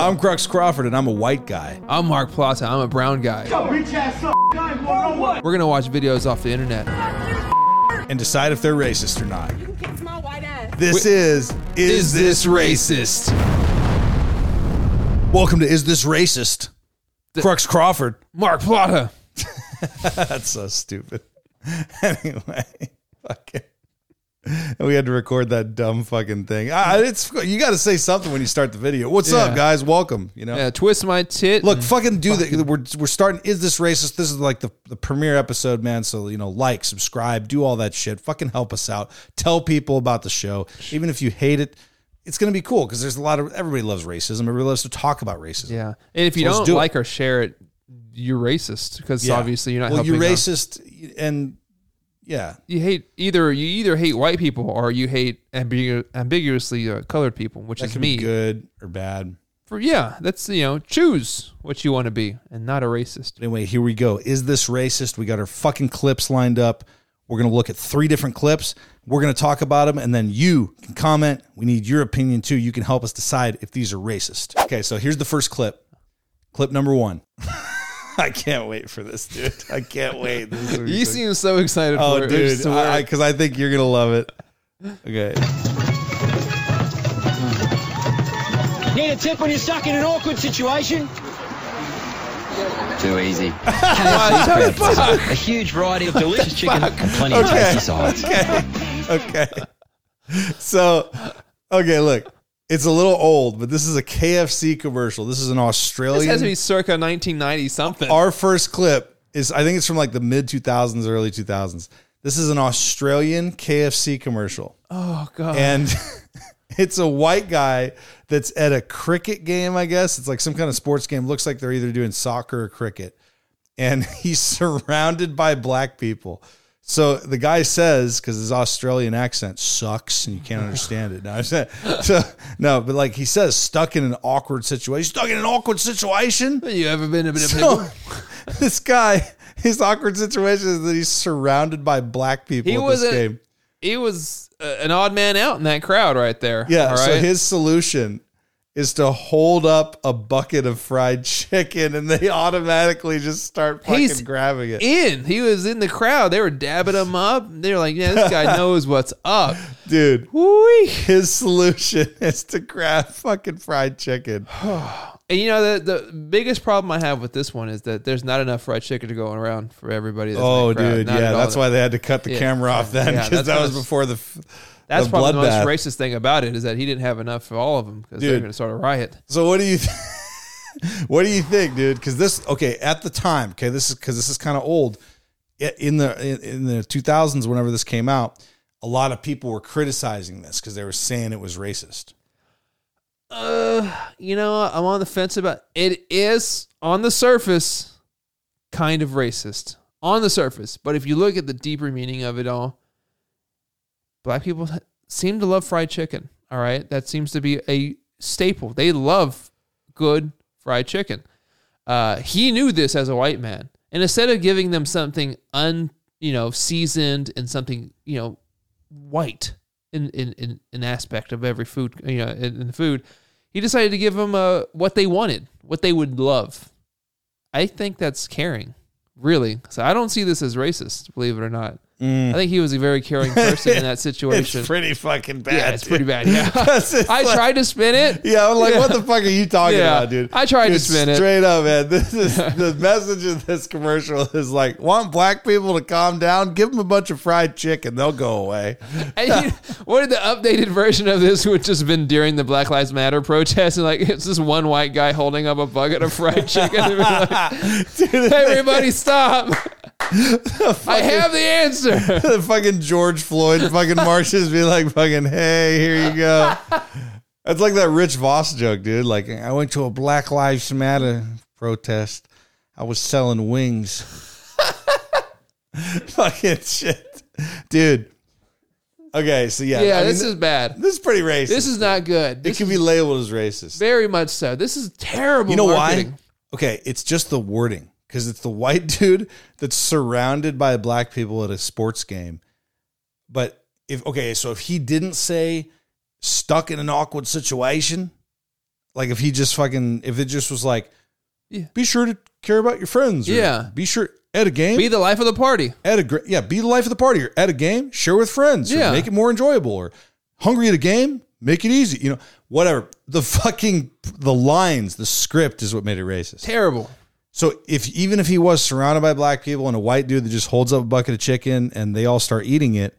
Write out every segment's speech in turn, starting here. I'm Crux Crawford, and I'm a white guy. I'm Mark Plata. I'm a brown guy. Bitch ass up, guy, more know what? We're gonna watch videos off the internet. And decide if they're racist or not. Kiss my white ass. This is Is This Racist? Welcome to Is This Racist? Crux Crawford. Mark Plata. That's so stupid. anyway, fucking. And we had to record that dumb fucking thing. Ah, it's you got to say something when you start the video. What's Yeah. up, guys? Welcome. You know, Yeah, twist my tit. Look, and- fucking do that. We're we're starting. Is this racist? This is like the, the premiere episode, man. So you know, like, subscribe, do all that shit. Fucking help us out. Tell people about the show, even if you hate it. It's gonna be cool because there's a lot of everybody loves racism. Everybody loves to talk about racism. yeah, and if you let's don't do it. like or share it, you're racist because Yeah. obviously you're not Well, helping. you're them. racist, and yeah, You hate either you either hate white people or you hate ambigu- ambiguously uh, colored people, which that is can me. be good or bad. For yeah, that's you know choose what you want to be and not a racist. Anyway, here we go. Is this racist? We got our fucking clips lined up. We're going to look at three different clips. We're going to talk about them, and then you can comment. We need your opinion too. You can help us decide if these are racist. Okay, so here's the first clip. Clip number one. I can't wait for this, dude. I can't wait. This is You seem so excited. oh, for it. dude, Just to wear it. because I, think you're going to love it. Okay. Need a tip when you're stuck in an awkward situation? Too easy. What the fuck? A huge variety of delicious chicken and plenty of Okay. tasty sides. Okay. So, okay, look. It's a little old, but this is a KFC commercial. This is an Australian. This has to be circa 1990 something. our first clip is I think it's from like the mid 2000s early 2000s. This is an Australian KFC commercial oh god. and it's a white guy that's at a cricket game, I guess. It's like some kind of sports game. Looks like they're either doing soccer or cricket. And he's surrounded by black people. So the guy says, because his Australian accent sucks and you can't understand it. No, I'm saying- so, no, but like he says, stuck in an awkward situation. Stuck in an awkward situation? you ever been a bit of So, this guy, his awkward situation is that he's surrounded by black people He at wasn't- this game. he was uh, an odd man out in that crowd right there. Yeah. All So right? his solution is to hold up a bucket of fried chicken, and they automatically just start fucking He's grabbing it. in. He was in the crowd. They were dabbing him up. They were like, "Yeah, this guy knows what's up." Dude, Woo-wee. his solution is to grab fucking fried chicken. And you know the the biggest problem I have with this one is that there's not enough fried chicken to go around for everybody. That's in Oh, that crowd. dude. Not Yeah. at all. That's why they had to cut the Yeah, camera off then yeah, because that's that what was it's- before the. f- That's the probably the bloodbath. most racist thing about it is that he didn't have enough for all of them because they're Dude. going to start a riot. So what do you th- what do you think, dude? Because this okay at the time, okay, this is because this is kind of old. I- In the in- in the two thousands, whenever this came out, a lot of people were criticizing this because they were saying it was racist. Uh, you know, I'm on the fence about it. Is on the surface kind of racist on the surface, but if you look at the deeper meaning of it all, black people seem to love fried chicken. All right, that seems to be a staple. They love good fried chicken. Uh, he knew this as a white man, and instead of giving them something un, you know, seasoned and something you know, white in in in an aspect of every food, you know, in, in the food, he decided to give them uh, what they wanted, what they would love. I think that's caring, really. So I don't see this as racist, believe it or not. I think he was a very caring person in that situation. Mm. It's pretty fucking bad. yeah, it's dude. pretty bad. Yeah. That's it. I tried to spin it. Yeah, I'm like, what the fuck are you talking Yeah. about, dude? I tried to Dude, spin it. Straight up, man. This is the message of this commercial is like, want black people to calm down? Give them a bunch of fried chicken, they'll go away. And you, what if the updated version of this would just been during the Black Lives Matter protest and like it's just one white guy holding up a bucket of fried chicken and be like, Dude, "Hey, everybody stop. I have the answer. the fucking George Floyd fucking marches be like fucking hey here you go. That's like that Rich Voss joke, dude. Like I went to a Black Lives Matter protest. I was selling wings. fucking shit, dude. Okay, so yeah, Yeah, I mean, this is bad. this is pretty racist. This is not good. it This can be labeled as racist. very much so. This is terrible. You know marketing. why? Okay, it's just the wording because it's the white dude that's surrounded by black people at a sports game. But if okay, so if he didn't say stuck in an awkward situation, Like if he just fucking if it just was like, Yeah. be sure to care about your friends. or Yeah. be sure at a game. Be the life of the party. at a gr- yeah, be the life of the party. Or at a game, share with friends. or Yeah. make it more enjoyable. Or hungry at a game, make it easy. You know, whatever. The fucking the lines, the script is what made it racist. Terrible. So if even if he was surrounded by black people and a white dude that just holds up a bucket of chicken and they all start eating it,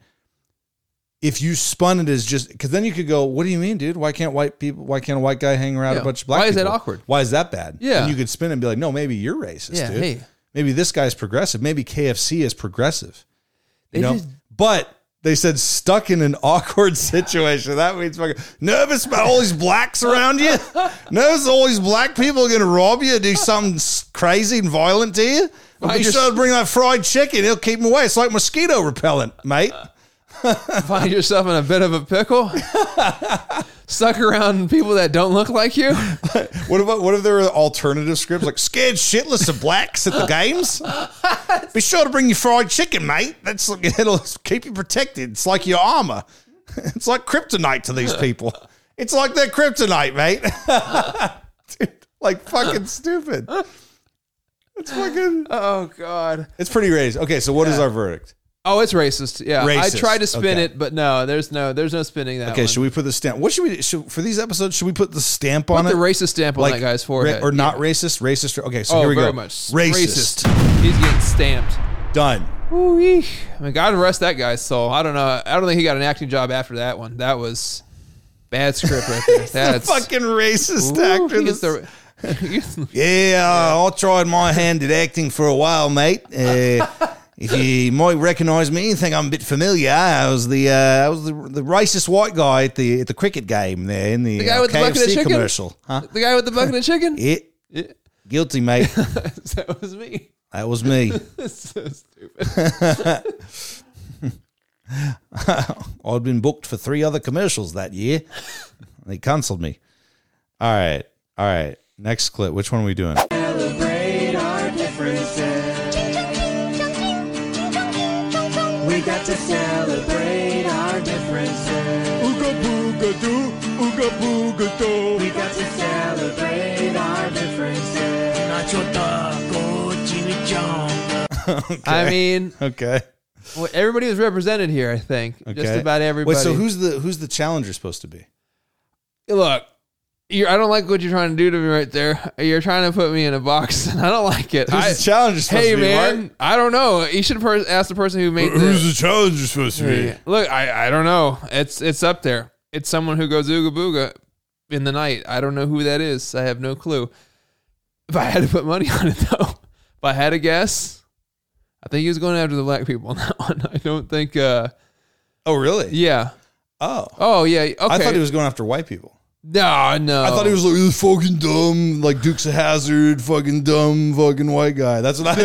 if you spun it as just because then you could go, what do you mean, dude? Why can't white people? Why can't a white guy hang around Yeah. a bunch of black? Why is that people? awkward? Why is that bad? Yeah. and you could spin it and be like, no, maybe you're racist, Yeah, dude. hey. Maybe this guy's progressive. Maybe KFC is progressive. They You know, just- but. They said stuck in an awkward situation. That means fucking nervous about all these blacks around you. Nervous all these black people are going to rob you, do something s- crazy and violent to you. Why Be just- sure to bring that fried chicken. It'll keep them away. It's like mosquito repellent, mate. find yourself in a bit of a pickle. Stuck around people that don't look like you. What about what if there were alternative scripts like scared shitless of blacks at the games? Be sure to bring your fried chicken, mate. That's it'll keep you protected. It's like your armor. It's like kryptonite to these people. It's like their kryptonite, mate. Dude, like fucking stupid. It's fucking. Oh God. It's pretty raised. Okay, so what is our verdict? Oh, it's racist. Yeah, Racist. I tried to spin Okay. it, but no, there's no, there's no spinning that. Okay, one. should we put the stamp? What should we do? Should, for these episodes? Should we put the stamp on put it? the racist stamp on that guy's ra- forehead or not racist? Racist. Okay, so oh, here we very go. much Racist. Racist. He's getting stamped. Done. Ooh-wee. I mean, God rest that guy's soul. I don't know. I don't think he got an acting job after that one. That was bad script right there. That's fucking racist Ooh, actor. he gets that's- the- he's- yeah, uh, I tried my hand at acting for a while, mate. Uh, if you might recognise me, you think I'm a bit familiar. I was the uh, I was the, the racist white guy at the at the cricket game there in the, The guy uh, with the bucket of KFC chicken? commercial. Huh? the guy with the bucket of chicken. Yeah, guilty, mate. that was me. That was me. That's so stupid. I'd been booked for three other commercials that year. They cancelled me. All right, all right. Next clip. Which one are we doing? We got to celebrate our differences. Ooga booga doo, ooga booga doo. We got to celebrate our differences. Nacho taco, chimichanga. I mean, Okay. well, everybody was represented here. I think just Okay. about everybody. Wait, so who's the who's the challenger supposed to be? look? You're, I don't like what you're trying to do to me right there. You're trying to put me in a box, and I don't like it. Who's I, the challenger supposed hey to be? man, Mark? I don't know. You should per- ask the person who made the, challenger supposed to Yeah. Look, I, I don't know. It's it's up there. It's someone who goes ooga booga in the night. I don't know who that is. I have no clue. If I had to put money on it though, if I had to guess, I think he was going after the black people on that one. I don't think. uh Oh, really? Yeah. Oh, Oh yeah. Okay. I thought he was going after white people. No, no. I thought he was like "You're fucking dumb, like Dukes of Hazard, fucking dumb, fucking white guy. That's what I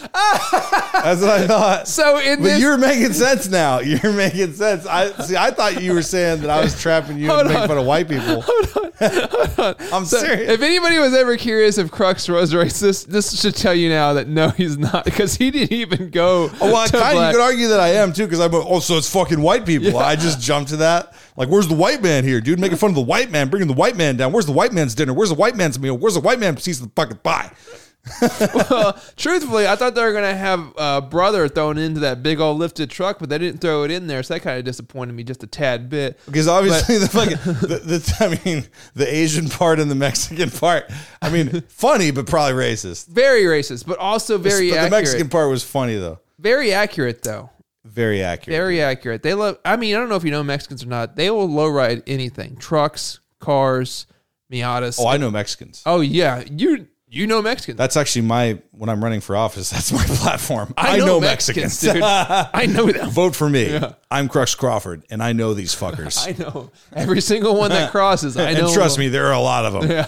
thought. That's what I thought. So in But this, you're making sense now. You're making sense. I see. I thought you were saying that I was trapping you Hold and making on. fun of white people. I'm So, serious. if anybody was ever curious if Crux was racist, this should tell you now that no, he's not, because he didn't even go. Oh, well, I to kind of, you black. could argue that I am too, because I'm oh, so it's fucking white people. I just jumped to that. Like, where's the white man here, dude? Making fun of the white man, bringing the white man down. Where's the white man's dinner? Where's the white man's meal? Where's the white man's piece of the fucking pie? Well, truthfully, I thought they were gonna have uh, brother thrown into that big old lifted truck, but they didn't throw it in there, so that kind of disappointed me just a tad bit. Because obviously the fucking the, the I mean the Asian part and the Mexican part. I mean, funny but probably racist. Very racist, but also very but the accurate. Mexican part was funny though. very accurate though. Very accurate. Very accurate. They love. I mean, I don't know if you know Mexicans or not. They will lowride anything: trucks, cars, Miatas. oh, Oh, I know Mexicans. yeah, you you know Mexicans. That's actually my when I'm running for office. That's my platform. I, know, Mexicans. dude. I know them. Vote for me. I'm Crux Crawford, and I know these fuckers. I know every single one that crosses. I know. and trust me, there are a lot of them.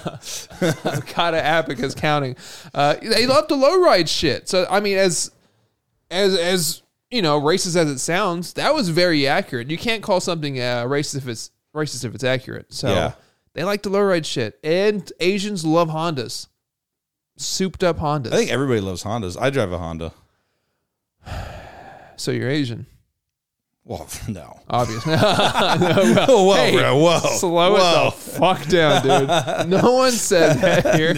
Kata Apica's counting. Uh, they love the lowride shit. So I mean, as as as you know, racist as it sounds, that was very accurate. You can't call something uh, racist if it's racist if it's accurate. So Yeah. they like the lowride shit, and Asians love Hondas, souped up Hondas. I think everybody loves Hondas. I drive a Honda. so you're Asian. Well, no. Obviously. well, Oh, whoa, hey, bro, whoa. Slow whoa. it the fuck down, dude. No one said that here.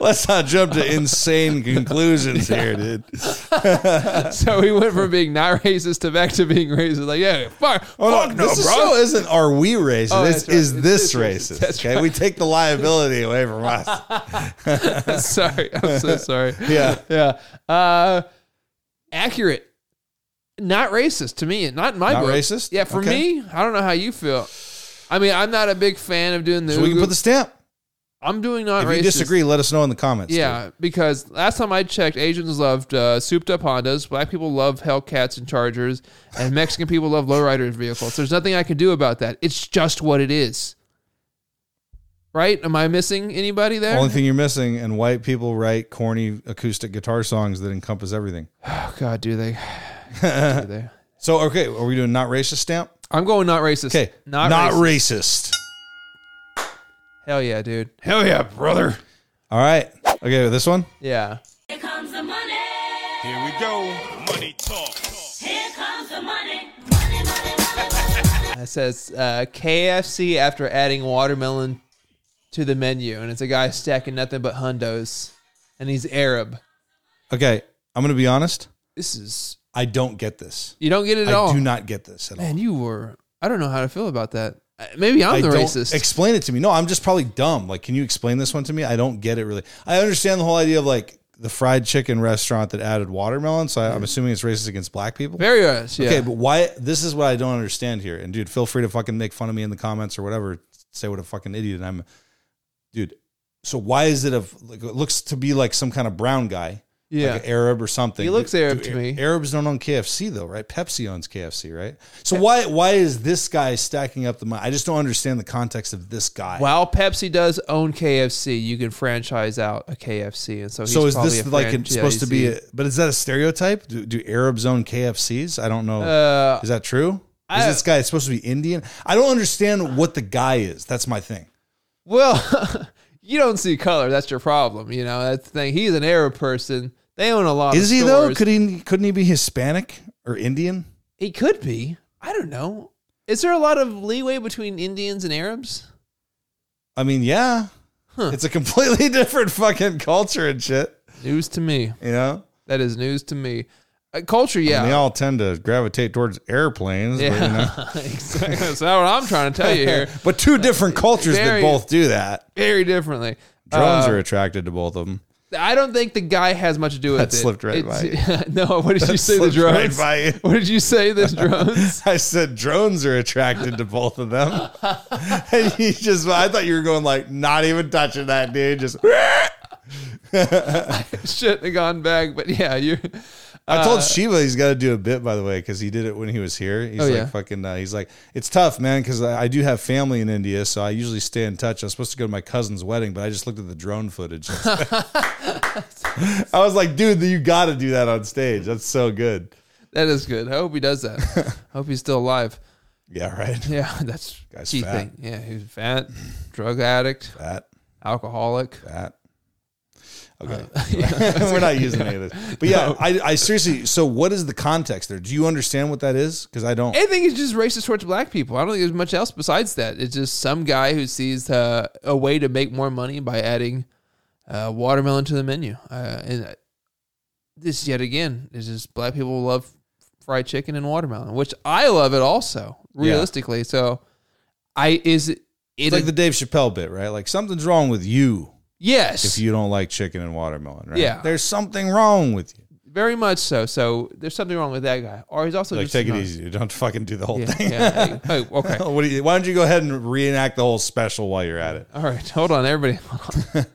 Let's not jump to insane conclusions here, dude. So we went from being not racist to back to being racist. Like, yeah, fuck, Oh, fuck no, no, this bro. show isn't are we racist? Oh, this that's right. is It's this this racist. racist. That's okay, we take the liability away from us. sorry, I'm so sorry. Yeah. yeah. Uh, accurate, not racist to me. Not in my Not book. racist? Yeah, for Okay. me, I don't know how you feel. I mean, I'm not a big fan of doing the. So we can ooga- put the stamp. I'm doing not If racist. you disagree, let us know in the comments. dude. Yeah, because last time I checked, Asians loved uh, souped up Hondas, black people love Hellcats and Chargers, and Mexican people love lowriders vehicles. There's nothing I can do about that. It's just what it is. Right? Am I missing anybody there? Only thing you're missing, and white people write corny acoustic guitar songs that encompass everything. oh, God, do they? do they? So, okay, are we doing not racist stamp? I'm going not racist. Okay, Not, racist. racist. Hell yeah, dude. Hell yeah, brother. All right. Okay, with this one. Yeah. Here comes the money. Here we go. Money talk. Here comes the money. Money, money, money, money. It says uh, KFC after adding watermelon to the menu, and it's a guy stacking nothing but hundos, and he's Arab. Okay, I'm going to be honest. This is I don't get this. you don't get it at I all. do not get this at all. Man, you were. I don't know how to feel about that. Uh, Maybe I'm I the don't- racist. Explain it to me. No, I'm just probably dumb. Like, can you explain this one to me? I don't get it really. I understand the whole idea of like the fried chicken restaurant that added watermelon. So I, Mm-hmm. I'm assuming it's racist against black people. Very racist. Yeah. Okay, but why? This is what I don't understand here. And dude, feel free to fucking make fun of me in the comments or whatever. Say what a fucking idiot I'm, dude. So why is it a? Like, it looks to be like some kind of brown guy, yeah. like an Arab or something. He looks Do- Arab do to me. Arabs don't own KFC though, right? Pepsi owns KFC, right? So why why is this guy stacking up the money? I just don't understand the context of this guy. While Pepsi does own KFC, you can franchise out a KFC, and so he's So is probably this a like it's supposed to be? franchisee. A, but is that a stereotype? Do, do Arabs own KFCs? I don't know. Uh, is that true? Is I- this guy supposed to be Indian? I don't understand what the guy is. That's my thing. well, you don't see color. That's your problem. You know that's the thing. He's an Arab person. They own a lot. Is of he though? stores. Could he? Couldn't he be Hispanic or Indian? He could be. I don't know. Is there a lot of leeway between Indians and Arabs? I mean, yeah. It's a completely different fucking culture and shit. News to me. You know, That is news to me. Uh, culture, yeah. and they all tend to gravitate towards airplanes. But, you know. Yeah, exactly. That's not what I'm trying to tell you here. but two different cultures that Very- both do that. Very differently. Drones Uh, are attracted to both of them. I don't think the guy has much to do with That it. slipped right by. no, what did you say? The slipped right drones. by you. What did you say? The drones. I said drones are attracted to both of them. and you just, I thought you were going like, not even touching that dude. Just, Shouldn't have gone back, but yeah, you. I Uh, told Shiva he's got to do a bit, by the way, because he did it when he was here. He's Oh, like, yeah. fucking, uh, he's like, it's tough, man, because I, I do have family in India, so I usually stay in touch. I was supposed to go to my cousin's wedding, but I just looked at the drone footage. I was like, dude, you got to do that on stage. That's so good. That is good. I hope he does that. I hope he's still alive. Yeah, right. Yeah, that's Guy's key fat. thing. Yeah, he's fat, drug addict, That. alcoholic. that. Okay. We're not using any of this. But yeah, I, I seriously, so what is the context there? Do you understand what that is? Because I don't. I think it's just racist towards black people. I don't think there's much else besides that. It's just some guy who sees uh, a way to make more money by adding uh, watermelon to the menu. Uh, and uh, this, yet again, is just black people love fried chicken and watermelon, which I love it also, realistically. So, I is it, It's like the Dave Chappelle bit, right? Like something's wrong with you if yes, you don't like chicken and watermelon, right? Yeah. There's something wrong with you. very much so. So there's something wrong with that guy, or he's also Like, just take it not- easy. dude. Don't fucking do the whole Yeah, thing. yeah. Hey, hey, okay. what do you, why don't you go ahead and reenact the whole special while you're at it? All right, hold on, everybody. Hold on.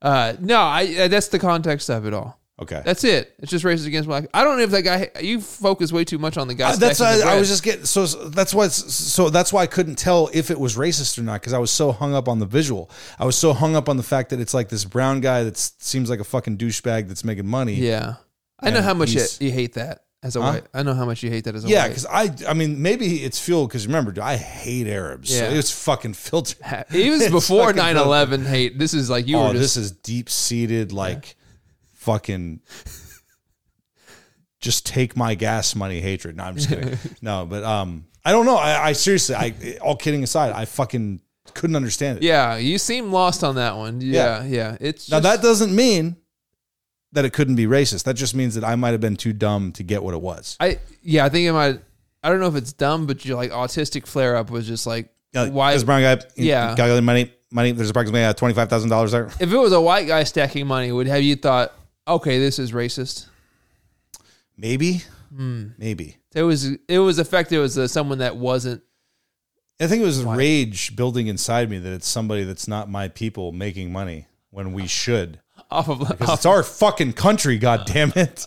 uh, no, I, uh, that's the context of it all. Okay. That's it. It's just racist against black. I don't know if that guy. You focus way too much on the guy. Uh, that's stacking why the I, bread. was just getting so, so that's why it's, so that's why I couldn't tell if it was racist or not because I was so hung up on the visual. I was so hung up on the fact that it's like this brown guy that seems like a fucking douchebag that's making money. Yeah, I know And how much you, he's- you hate that as a Huh? white. I know how much you hate that as a yeah. white. Because I, I mean, maybe it's fueled because remember, dude, I hate Arabs. Yeah. So it's fucking filtered. it was It's before fucking 9-11 hate. This is like you Oh, were just this is deep seated, like fucking just take my gas money hatred. No, I'm just kidding. no, but um, I don't know. I, I seriously, I all kidding aside, I fucking couldn't understand it. Yeah, you seem lost on that one. Yeah, yeah. Yeah. It's Now just- that doesn't mean that it couldn't be racist. That just means that I might have been too dumb to get what it was. I uh, yeah, I think it might. I don't know if it's dumb, but you're like autistic flare up was just like Uh, why. This brown guy, Yeah. yeah, got the money. Money. There's approximately uh, twenty five thousand dollars there. If it was a white guy stacking money, would have you thought, okay, this is racist? Maybe, Hmm. maybe. It was it was affected. It was uh, someone that wasn't. I think it was rage building inside me that it's somebody that's not my people making money when Oh. we should. Off of Because it's our fucking country, god damn it.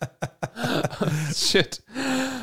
Shit.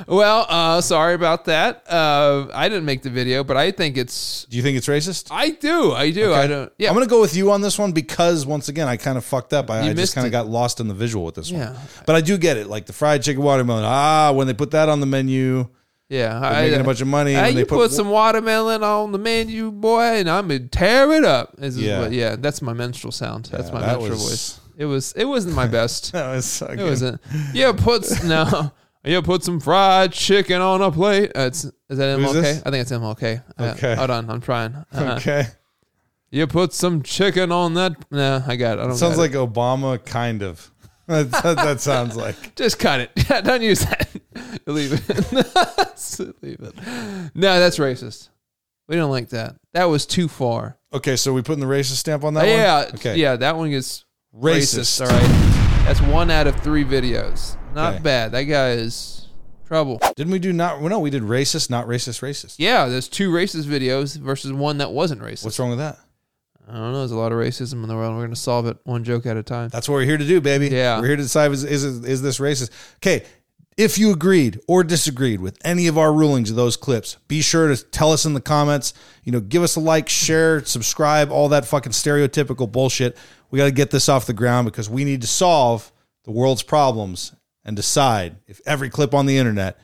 Well, uh, sorry about that. Uh, I didn't make the video, but I think it's. Do you think it's racist? I do. I do. I don't. Yeah. I'm gonna go with you on this one because once again I kind of fucked up. I, You I missed just kind it. of got lost in the visual with this Yeah. one. But I do get it, like the fried chicken watermelon. Ah, when they put that on the menu, yeah. they're I, uh, making a bunch of money. Hey, and they you put, some watermelon on the menu, boy, and I'm gonna tear it up. This is Yeah. what- yeah, that's my menstrual sound. That's Yeah, my that menstrual was- voice. It was. It wasn't my best. That was, it wasn't. Yeah, put s- no. Yeah, put some fried chicken on a plate. Uh, it's, is that Who's MLK? this? I think it's MLK. Uh, Okay. hold on, I'm trying. Uh, okay. You put some chicken on that. Nah, I got it. I don't Sounds got it. like Obama, kind of. That's what that sounds like. Just cut it. Don't use that. Leave it. Leave it. No, that's racist. We don't like that. That was too far. Okay, so we putting the racist stamp on that yeah. one? Okay. Yeah, that one gets Racist. racist. All right. That's one out of three videos. Not Okay. bad. That guy is trouble. Didn't we do not? Well, no, we did racist, not racist, racist. Yeah, there's two racist videos versus one that wasn't racist. What's wrong with that? I don't know. There's a lot of racism in the world. We're going to solve it one joke at a time. That's what we're here to do, baby. Yeah. We're here to decide is, is, is this racist? Okay. If you agreed or disagreed with any of our rulings of those clips, be sure to tell us in the comments. You know, give us a like, share, subscribe, all that fucking stereotypical bullshit. We got to get this off the ground because we need to solve the world's problems and decide if every clip on the internet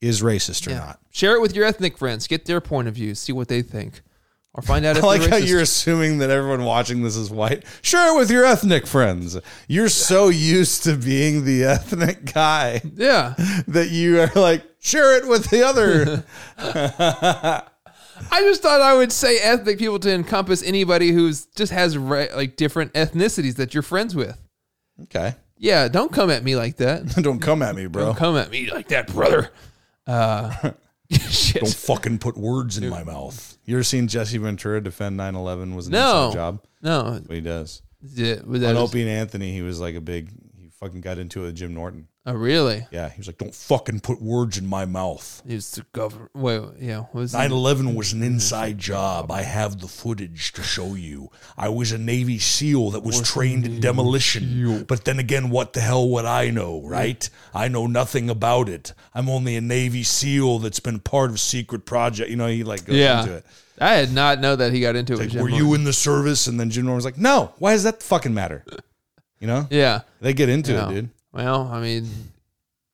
is racist or Yeah. not. Share it with your ethnic friends. Get their point of view. See what they think. Or find out if I like they're how racist. you're assuming that everyone watching this is white. Share it with your ethnic friends. You're so used to being the ethnic guy. Yeah. that you are like share it with the other. I just thought I would say ethnic people to encompass anybody who's just has ra- like different ethnicities that you're friends with. okay, Yeah, don't come at me like that. don't come at me, bro. Don't Don't, come at me like that, brother. Uh, shit. fucking put words in my mouth. You ever seen Jesse Ventura defend 9/11 was an No. inside job? No. What he does. Yeah, was that On just- Opie and Anthony, he was like a big. He fucking got into it with Jim Norton. oh, really? Yeah, he was like, "Don't fucking put words in my mouth." It was the government. Wait, yeah. what Was 9/11 was an inside job. I have the footage to show you. I was a Navy SEAL that was trained in demolition. But then again, what the hell would I know, right? I know nothing about it. I'm only a Navy SEAL that's been part of secret project. You know, he like goes yeah. into it. I did not know that he got into it. Like, with were Jim you Morrison. in the service? And then Jim Norton's like, "No. Why does that fucking matter?" You know, Yeah. they get into No. it, dude. Well, I mean,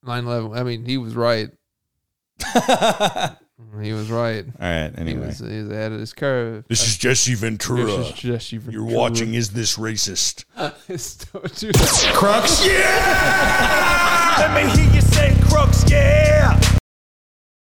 9 11. I mean, he was right. he was right. All right. He Anyway, was, he was ahead of his curve. this is Jesse Ventura. Versus Jesse You're Ventura. watching. Is this racist? Dude. Crux. Let me hear you say crooks, yeah.